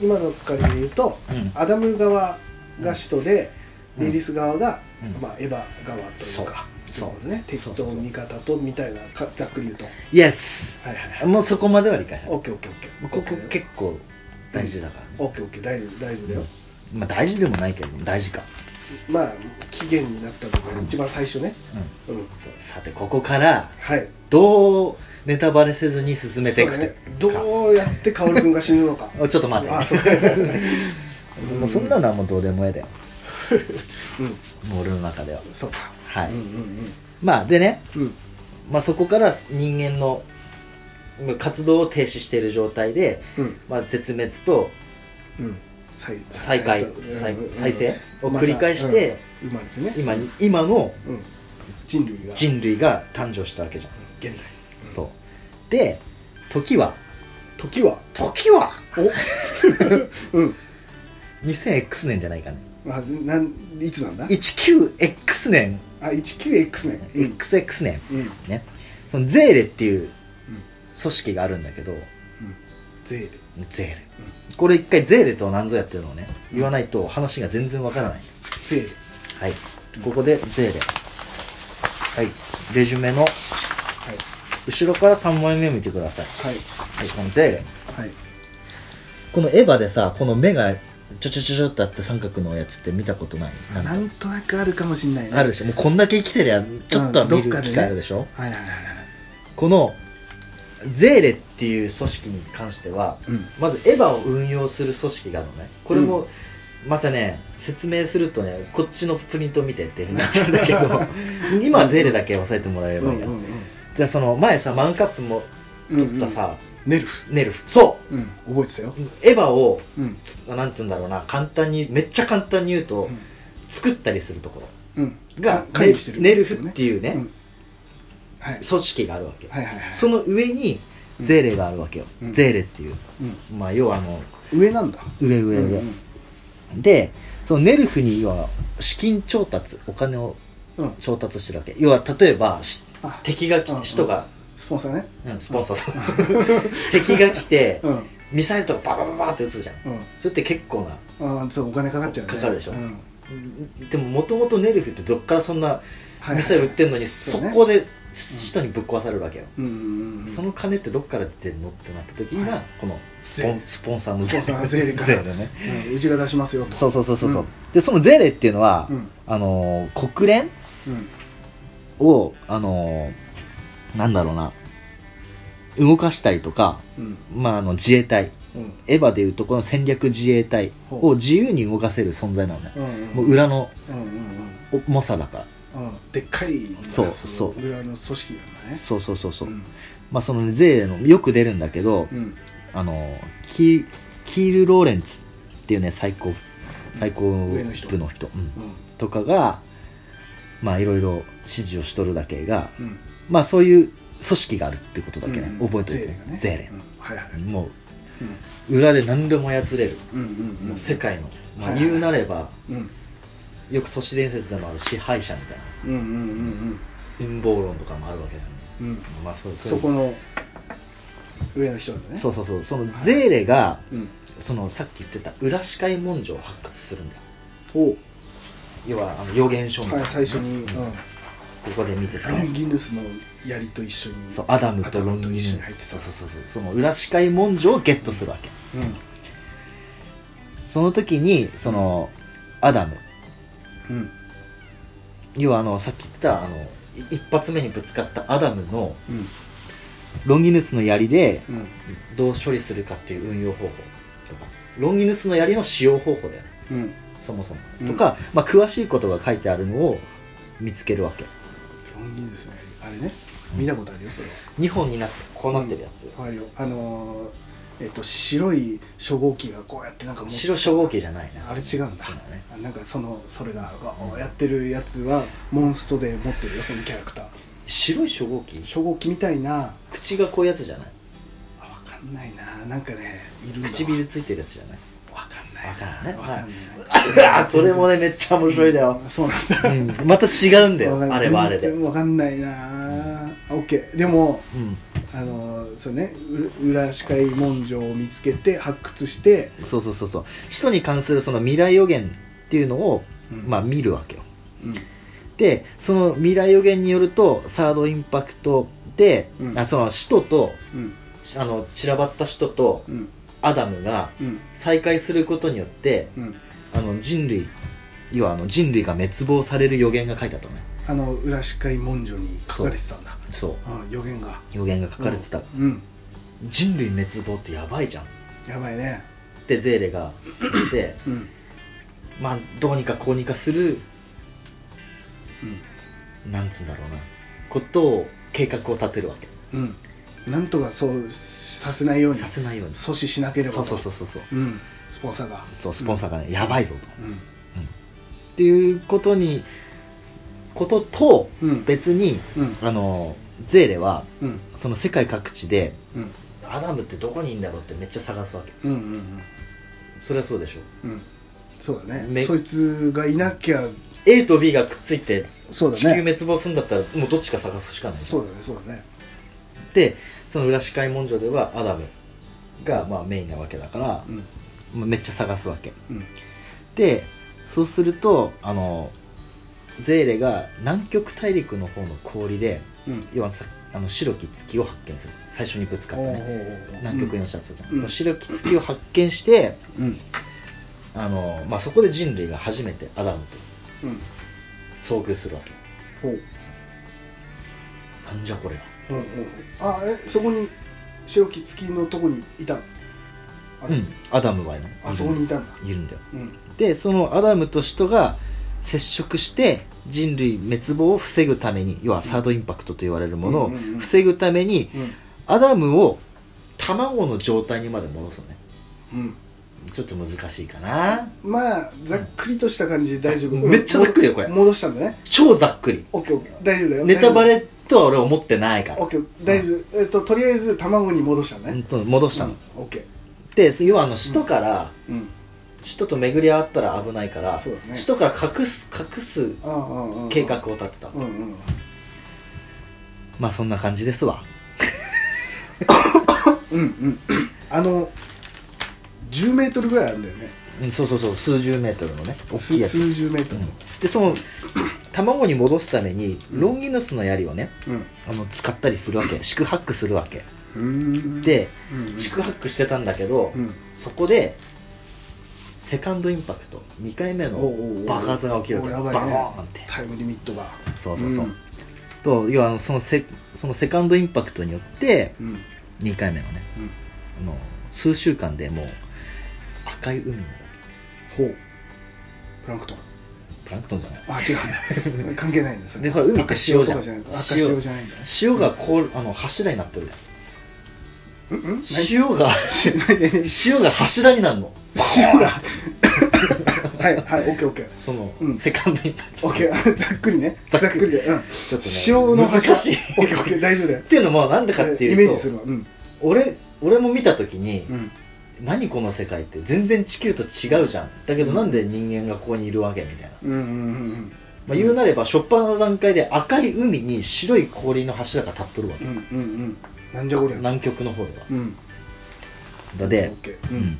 Speaker 1: 今の感じで言うと
Speaker 2: うん
Speaker 1: アダム側が使徒で
Speaker 2: うん
Speaker 1: リリス側が、
Speaker 2: うん
Speaker 1: まあ、エヴァ側というか
Speaker 2: そ
Speaker 1: とい
Speaker 2: う
Speaker 1: うことね敵
Speaker 2: そう
Speaker 1: と味方とみたいなかざっくり言うとは
Speaker 2: イエス
Speaker 1: いはいはい
Speaker 2: もうそこまでは理解した
Speaker 1: オ
Speaker 2: こ
Speaker 1: ッケーオッケーオッケー
Speaker 2: こ結構大事だからね、
Speaker 1: オッケーオッケー大丈夫大丈夫だよ
Speaker 2: まあ大事でもないけど大事か、
Speaker 1: まあ期限になったとか一番最初ね
Speaker 2: うん、
Speaker 1: うん
Speaker 2: そうさてここから
Speaker 1: はい
Speaker 2: どうネタバレせずに進めていく
Speaker 1: そう
Speaker 2: か
Speaker 1: だねどうやって薫君が死ぬのか
Speaker 2: おちょっと待って
Speaker 1: あ そう
Speaker 2: もうそんなのはもうどうでもええだよ
Speaker 1: うん
Speaker 2: もう俺の中では
Speaker 1: そうか
Speaker 2: はい、
Speaker 1: うんうん
Speaker 2: まあでね、
Speaker 1: うんうん
Speaker 2: まあ、そこから人間のまあ活動を停止している状態で、
Speaker 1: うん
Speaker 2: まあ、絶滅と
Speaker 1: うん再
Speaker 2: 再開
Speaker 1: うん
Speaker 2: 再
Speaker 1: うん
Speaker 2: 再生を
Speaker 1: また
Speaker 2: 繰り返して、
Speaker 1: うん生まれてね
Speaker 2: 今に今の
Speaker 1: うん人類が
Speaker 2: 人類が誕生したわけじゃん、
Speaker 1: 現代うん
Speaker 2: そうで時は
Speaker 1: 時は
Speaker 2: 時は
Speaker 1: うん
Speaker 2: 2000X 年じゃないかね
Speaker 1: あなんいつなんだ
Speaker 2: 19X 年
Speaker 1: あ 19X ねうん
Speaker 2: XX 年
Speaker 1: うん
Speaker 2: ねそのゼーレっていう
Speaker 1: うん
Speaker 2: 組織があるんだけど
Speaker 1: ゼーレ
Speaker 2: ゼーレこれ一回ゼーレとは何ぞやっていうのをね言わないと話が全然わからない
Speaker 1: ゼーレ
Speaker 2: はいここでゼーレはいレジュメの
Speaker 1: はい
Speaker 2: 後ろから3枚目見てください、
Speaker 1: はい
Speaker 2: はい、このゼーレ
Speaker 1: はい
Speaker 2: このエヴァでさこの目がちょちょちょちょってあって三角のやつって見たことないなんか
Speaker 1: なんとなくあるかもしんないね
Speaker 2: あるでしょもうこんだけ生きてりゃちょっとは見
Speaker 1: うんどっか
Speaker 2: る
Speaker 1: でね
Speaker 2: 機会あるでしょ、
Speaker 1: はいはいはいはい
Speaker 2: このゼーレっていう組織に関しては
Speaker 1: うん
Speaker 2: まずエヴァを運用する組織があるのねこれもまたね説明するとねこっちのプリント見てってなっちゃうんだけ ど今はゼーレだけ押さえてもらえればいいや、
Speaker 1: うん
Speaker 2: じゃあその前さマンカップも
Speaker 1: うんう
Speaker 2: 撮
Speaker 1: ん
Speaker 2: ったさ、
Speaker 1: ネルフ
Speaker 2: ネルフそ
Speaker 1: うん覚えてたよ
Speaker 2: うエヴァを
Speaker 1: うん
Speaker 2: なんつうんだろうな簡単にめっちゃ簡単に言うと、
Speaker 1: うん
Speaker 2: 作ったりするところ
Speaker 1: うん
Speaker 2: が
Speaker 1: か管理してる
Speaker 2: ネルフっていうね、
Speaker 1: うんはい
Speaker 2: 組織があるわけ、
Speaker 1: はいはいはい
Speaker 2: その上に
Speaker 1: うん
Speaker 2: ゼーレがあるわけよ、
Speaker 1: うん
Speaker 2: ゼーレっていう
Speaker 1: う
Speaker 2: まあ要はあの
Speaker 1: ん上なんだ
Speaker 2: 上上上、
Speaker 1: うん
Speaker 2: でそのネルフに要は資金調達お金を
Speaker 1: うんうん
Speaker 2: 調達してるわけ要は例えばし
Speaker 1: あ
Speaker 2: 敵が来
Speaker 1: うんうん
Speaker 2: て人が、
Speaker 1: スポンサーね
Speaker 2: うんスポンサーさん敵が来て
Speaker 1: うん
Speaker 2: ミサイルとかバババババって撃つじゃん
Speaker 1: うん
Speaker 2: それって結構な
Speaker 1: ああそうお金かかっちゃうね
Speaker 2: かかるでしょ
Speaker 1: うんはい
Speaker 2: でももともとネルフってどっからそんな
Speaker 1: はい
Speaker 2: ミサイル撃ってんのに
Speaker 1: そ
Speaker 2: そう
Speaker 1: ね
Speaker 2: こで人にぶっ壊されるわけよ、
Speaker 1: うんうんうん
Speaker 2: その金ってどっから出てんのってなった時が、
Speaker 1: はい
Speaker 2: このスポンスポンサーの
Speaker 1: スポンサーの税理から
Speaker 2: 税理ね
Speaker 1: うんうちが出しますよと
Speaker 2: そうそうそうそう、
Speaker 1: う
Speaker 2: うんでそのゼーレっていうのは、
Speaker 1: うん
Speaker 2: あのー国連
Speaker 1: うん
Speaker 2: をあのーなんだろうな動かしたりとか、
Speaker 1: うん
Speaker 2: まあ、あの自衛隊
Speaker 1: うん
Speaker 2: エヴァでいうとこの戦略自衛隊を自由に動かせる存在なのね、
Speaker 1: うん
Speaker 2: もう裏の
Speaker 1: うんうん
Speaker 2: お猛者だから
Speaker 1: うんうんでっかい
Speaker 2: そう
Speaker 1: の
Speaker 2: そう
Speaker 1: 裏の組織なんだね
Speaker 2: そうそうそうそう、
Speaker 1: ん
Speaker 2: まあそのねゼーレのよく出るんだけど、
Speaker 1: うん
Speaker 2: あのキーキール・ローレンツっていうね最高最高
Speaker 1: 上の人
Speaker 2: 部の人、うん
Speaker 1: うん
Speaker 2: とかがまあいろいろ指示をしとるだけが
Speaker 1: うん
Speaker 2: まあそういう組織があるってことだけね、
Speaker 1: うん
Speaker 2: 覚えておい
Speaker 1: ゼー
Speaker 2: て
Speaker 1: レがね
Speaker 2: ゼーレ
Speaker 1: う、んはいはい
Speaker 2: も
Speaker 1: うん
Speaker 2: う裏で何でも操れる、
Speaker 1: うんうんう
Speaker 2: も
Speaker 1: ん
Speaker 2: う世界の、ま
Speaker 1: はい
Speaker 2: あ、
Speaker 1: はい
Speaker 2: 言うなれば
Speaker 1: うん
Speaker 2: よく都市伝説でもある支配者みたいな
Speaker 1: うんうんうん
Speaker 2: 陰謀論とかもあるわけだよね
Speaker 1: うんうん
Speaker 2: まあそうそ
Speaker 1: そ
Speaker 2: う
Speaker 1: この上の人なんだね
Speaker 2: そうそうそうそのゼーレが
Speaker 1: うん
Speaker 2: そのさっき言ってた裏視界文書を発掘するんだよ
Speaker 1: お
Speaker 2: 要はあの予言書みたいな、
Speaker 1: はい最初に
Speaker 2: うん
Speaker 1: うん
Speaker 2: ここで見てた
Speaker 1: ロン
Speaker 2: ね
Speaker 1: ギヌスの槍と一緒に
Speaker 2: そうアダムとロン
Speaker 1: アダ
Speaker 2: ギ
Speaker 1: ムと
Speaker 2: ヌ
Speaker 1: 一
Speaker 2: ス
Speaker 1: 緒に入ってた
Speaker 2: そうそうそうそうその裏視界文書をゲットするわけ
Speaker 1: うん
Speaker 2: その時にそのアダム
Speaker 1: うん
Speaker 2: 要はあのさっき言ったあのい一発目にぶつかったアダムの
Speaker 1: うん
Speaker 2: ロンギヌスの槍で
Speaker 1: うん
Speaker 2: どう処理するかっていう運用方法とかロンギヌスの槍の使用方法だよね
Speaker 1: うん
Speaker 2: そもそも、
Speaker 1: うん
Speaker 2: とか、まあ、詳しいことが書いてあるのを見つけるわけ
Speaker 1: ロンギヌスの槍あれね見たことあるよそれは
Speaker 2: 2本になってこうなってるやつ、
Speaker 1: わかるよあのーえっと白い初号機がこうやってなんかもう
Speaker 2: 白初号機じゃないな
Speaker 1: あれ違うんだ
Speaker 2: そうだね
Speaker 1: なんかそのそれがわーやってるやつはモンストで持ってるよそのキャラクター
Speaker 2: 白い初号機
Speaker 1: 初号機みたいな
Speaker 2: 口がこういうやつじゃない
Speaker 1: あわかんないななんかねいるんだわ
Speaker 2: 唇ついてるやつじゃない
Speaker 1: わかんない
Speaker 2: わかんない
Speaker 1: わかん
Speaker 2: あ
Speaker 1: な
Speaker 2: あ
Speaker 1: い
Speaker 2: それもねめっちゃ面白いだよ、
Speaker 1: そうなんだ
Speaker 2: うん、また違うんだよ
Speaker 1: わかんない
Speaker 2: あれはあれで
Speaker 1: 全然わかんないなオッケーでも
Speaker 2: うん
Speaker 1: あのーそうねう裏歯科医文書を見つけて発掘して、
Speaker 2: そうそうそうそう使徒に関するその未来予言っていうのを、
Speaker 1: うん
Speaker 2: まあ、見るわけよ
Speaker 1: うん
Speaker 2: でその未来予言によるとサードインパクトで、
Speaker 1: うん
Speaker 2: あその使徒と
Speaker 1: うん
Speaker 2: あの散らばった使徒と
Speaker 1: うん
Speaker 2: アダムが
Speaker 1: うん
Speaker 2: 再会することによって
Speaker 1: うん
Speaker 2: あの人類要はあの人類が滅亡される予言が書いてあったのね
Speaker 1: あの裏歯科医文書に書かれてたんだ
Speaker 2: そう
Speaker 1: うん予言が
Speaker 2: 予言が書かれてた、
Speaker 1: うん
Speaker 2: 人類滅亡ってやばいじゃんっ
Speaker 1: やばいね
Speaker 2: てゼーレが 言って
Speaker 1: うん
Speaker 2: まあどうにかこうにかする
Speaker 1: うん
Speaker 2: なんつうんだろうなことを計画を立てるわけ
Speaker 1: うんなんとかそうさせないように
Speaker 2: させないようにそ
Speaker 1: 阻止しなければ
Speaker 2: う
Speaker 1: と
Speaker 2: そうそうそうそう
Speaker 1: うんスポンサーが
Speaker 2: そうスポンサーがね、やばいぞとっ
Speaker 1: うん
Speaker 2: ていうことにことと
Speaker 1: うん
Speaker 2: 別に
Speaker 1: うん
Speaker 2: あのゼーレは
Speaker 1: うん
Speaker 2: その世界各地で
Speaker 1: うん
Speaker 2: アダムってどこにいんだろうってめっちゃ探すわけ
Speaker 1: うんうん
Speaker 2: それはそうでしょ
Speaker 1: うんうんそうだね
Speaker 2: め
Speaker 1: そいつがいなきゃ
Speaker 2: A と B がくっついて
Speaker 1: そう
Speaker 2: 地
Speaker 1: だ
Speaker 2: 球
Speaker 1: ね
Speaker 2: 滅亡するんだったらもうどっちか探すしかない
Speaker 1: そうだねそうだね
Speaker 2: でその裏司会文書ではアダムがまあメインなわけだから、
Speaker 1: うん
Speaker 2: まあめっちゃ探すわけ
Speaker 1: うん
Speaker 2: でそうするとあのゼーレが南極大陸の方の氷で
Speaker 1: うん
Speaker 2: 要はさあの白き月を発見する最初にぶつかった
Speaker 1: おうおう
Speaker 2: ね
Speaker 1: おう
Speaker 2: 南極に落ちたんですよ、
Speaker 1: うん
Speaker 2: その白き月を発見して
Speaker 1: うん
Speaker 2: あの、まあ、そこで人類が初めてアダムと
Speaker 1: うん
Speaker 2: 遭遇するわけ
Speaker 1: ほう
Speaker 2: なんじゃこれは
Speaker 1: うんうんうんあえそこに白き月のとこにいたあ
Speaker 2: うんアダムはいない
Speaker 1: あそこにいたんだ
Speaker 2: いるんだよ
Speaker 1: うん
Speaker 2: でそのアダムと人が接触して人類滅亡を防ぐために要はサードインパクトと言われるもの
Speaker 1: う
Speaker 2: を
Speaker 1: んうんうん
Speaker 2: 防ぐために
Speaker 1: うん
Speaker 2: アダムを卵の状態にまで戻すのね
Speaker 1: うん
Speaker 2: ちょっと難しいかな
Speaker 1: まあざっくりとした感じで大丈夫
Speaker 2: うんめっちゃざっくりよこれ
Speaker 1: 戻したんだね
Speaker 2: 超ざっくり
Speaker 1: オッケーオッケー大丈夫だよ
Speaker 2: ネタバ
Speaker 1: 大丈
Speaker 2: レとは俺思ってないか
Speaker 1: 夫オ
Speaker 2: ら
Speaker 1: ッケー大丈夫えっととりあえず卵に戻した
Speaker 2: う
Speaker 1: ね
Speaker 2: んと戻したの、
Speaker 1: うんオッケー
Speaker 2: で要はあの使徒から、
Speaker 1: うん
Speaker 2: 使徒と巡り合ったら危ないから、
Speaker 1: そうだね
Speaker 2: 使徒から隠す隠す
Speaker 1: ああああ
Speaker 2: 計画を立てた、
Speaker 1: うんうん
Speaker 2: まあそんな感じですわ
Speaker 1: うんうん あの10メートルぐらいあるんだよね
Speaker 2: うんそうそうそう数十メートルのね大きい
Speaker 1: 数
Speaker 2: やつ
Speaker 1: 数十メート
Speaker 2: でその卵に戻すためにロンギヌスの槍をね
Speaker 1: ルうん
Speaker 2: あの使ったりするわけ四苦八苦するわけ
Speaker 1: うん
Speaker 2: で
Speaker 1: うんうん
Speaker 2: 四苦八苦してたんだけど、
Speaker 1: うん
Speaker 2: そこでセカンドインパクト2回目
Speaker 1: おうおうお
Speaker 2: の
Speaker 1: う
Speaker 2: 爆発が起きるわ
Speaker 1: お
Speaker 2: け
Speaker 1: うやばい
Speaker 2: バ
Speaker 1: ね
Speaker 2: コーンって
Speaker 1: タイムリミットが
Speaker 2: そうそうそう、
Speaker 1: ん
Speaker 2: と要はあのそのセそのセカンドインパクトによって
Speaker 1: うん
Speaker 2: 2回目のね
Speaker 1: うん
Speaker 2: あの数週間でもう赤い海の
Speaker 1: ほうプランクトン
Speaker 2: プランクトンじゃない
Speaker 1: あ違う 関係ないんです
Speaker 2: でほら海って塩じゃん
Speaker 1: 赤とかない赤潮じゃないんだね
Speaker 2: 塩がこうあの柱になってるじゃん
Speaker 1: うんうん
Speaker 2: 塩 が
Speaker 1: 何
Speaker 2: 塩が柱になるの
Speaker 1: 塩 がはいはいオッケーオッケー
Speaker 2: その、
Speaker 1: うん
Speaker 2: セカンドインパクト
Speaker 1: オッケーざっくりね
Speaker 2: ざ
Speaker 1: ざ
Speaker 2: っ
Speaker 1: っく
Speaker 2: くり
Speaker 1: りでうん
Speaker 2: ちょっとね
Speaker 1: 塩の
Speaker 2: 難しいっ
Speaker 1: オッケーオッケー大丈夫だよ
Speaker 2: ていうのもなんでかって
Speaker 1: イメ
Speaker 2: い
Speaker 1: ージ
Speaker 2: う
Speaker 1: す
Speaker 2: と
Speaker 1: るわうん
Speaker 2: 俺俺も見た時に、
Speaker 1: うん
Speaker 2: 何この世界って全然地球と違うじゃんだけど
Speaker 1: うん
Speaker 2: なんで人間がここにいるわけみたいな、
Speaker 1: うんうんうん
Speaker 2: まあ、言うなれば初っ端の段階で赤い海に白い氷の柱が立っとるわ
Speaker 1: う
Speaker 2: け、
Speaker 1: んうんうんなんじゃこりゃ
Speaker 2: 南極の方では
Speaker 1: うん
Speaker 2: だで
Speaker 1: オッ、ケ
Speaker 2: う
Speaker 1: ーうん
Speaker 2: ん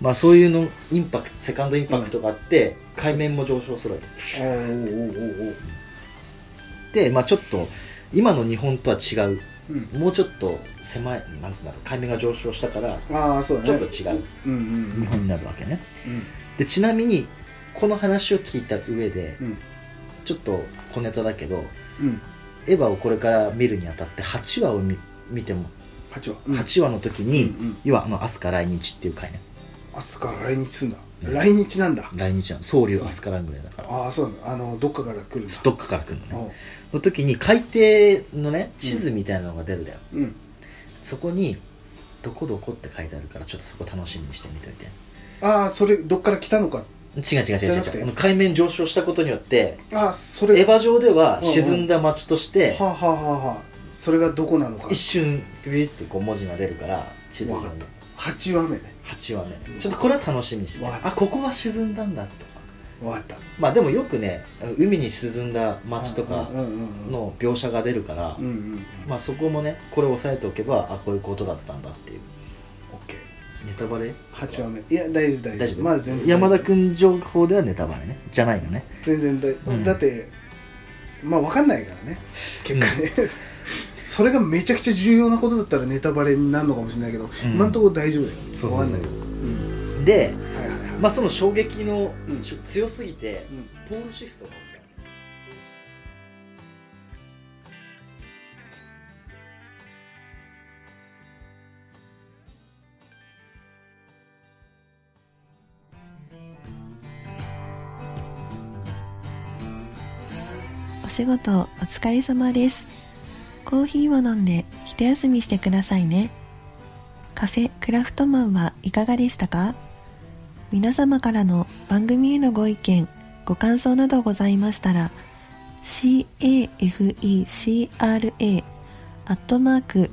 Speaker 2: まあ、そういうのインパクトセカンドインパクトがあって、海面も上昇するわけ
Speaker 1: おーおーおーおーおー
Speaker 2: で、まあ、ちょっと今の日本とは違う
Speaker 1: うん
Speaker 2: もうちょっと狭いなんつうんだろう海面が上昇したから
Speaker 1: ああそうだね
Speaker 2: ちょっと違う
Speaker 1: うんうんう
Speaker 2: 日
Speaker 1: ん
Speaker 2: 本になるわけね
Speaker 1: うん
Speaker 2: でちなみにこの話を聞いた上で
Speaker 1: うん
Speaker 2: ちょっと小ネタだけど
Speaker 1: うん
Speaker 2: エヴァをこれから見るにあたって8話を見見ても
Speaker 1: 八は八
Speaker 2: 8話の時
Speaker 1: う
Speaker 2: に、
Speaker 1: んうん
Speaker 2: 要はあの「飛鳥来日」っていう回ね
Speaker 1: 明日から来日すんだ
Speaker 2: うん
Speaker 1: 来日なんだ
Speaker 2: 来日なの総流飛鳥ラングレーだから
Speaker 1: ああそうなんだあのどっかから来るんだ
Speaker 2: どっかから来るのね
Speaker 1: おう
Speaker 2: の時に海底のね地図みたいなのが出るだよ、
Speaker 1: うん
Speaker 2: そこに「どこどこ」って書いてあるからちょっとそこ楽しみにしてみといて
Speaker 1: ああそれどっから来たのか
Speaker 2: 違う違う
Speaker 1: じゃ
Speaker 2: 違う
Speaker 1: なく
Speaker 2: 違
Speaker 1: て
Speaker 2: うあの海面上昇したことによって
Speaker 1: ああそれ
Speaker 2: エヴァ上では沈んだ街として
Speaker 1: はあ、はあはあはあ、それがどこなのか
Speaker 2: 一瞬ビビってこう文字が出るから地図
Speaker 1: わかった8話目ね
Speaker 2: 8話目ちょっとこれは楽しみにしてわかったあここは沈んだんだとか
Speaker 1: 分かった
Speaker 2: まあでもよくね海に沈んだ街とか
Speaker 1: うんうんうん
Speaker 2: の描写が出るから
Speaker 1: うんうんうん
Speaker 2: まあそこもねこれ押さえておけばあこういうことだったんだっていう
Speaker 1: OK
Speaker 2: ネタバレ
Speaker 1: 8話目いや大丈夫大
Speaker 2: 大
Speaker 1: 丈
Speaker 2: 丈
Speaker 1: 夫
Speaker 2: 夫
Speaker 1: まだ全然
Speaker 2: 山田君情報ではネタバレねじゃないのね
Speaker 1: 全然だ,、
Speaker 2: うん
Speaker 1: だってまあ分かんないからね結果ね、 それがめちゃくちゃ重要なことだったらネタバレになるのかもしれないけど、
Speaker 2: ん
Speaker 1: 今のところ大丈夫だよ
Speaker 2: そうそうそ
Speaker 1: 分
Speaker 2: う
Speaker 1: かんないよ、うん
Speaker 2: で
Speaker 1: はいはいはい
Speaker 2: まあその衝撃の
Speaker 1: うん
Speaker 2: し強すぎて
Speaker 1: うん
Speaker 2: ポールシフトが起きた
Speaker 3: お仕事お疲れ様です。コーヒーを飲んで一休みしてくださいね。カフェクラフトマンはいかがでしたか皆様からの番組へのご意見、ご感想などございましたら、cafecra アットマーク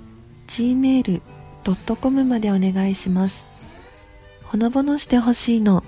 Speaker 3: gmail.com までお願いします。ほのぼのしてほしいの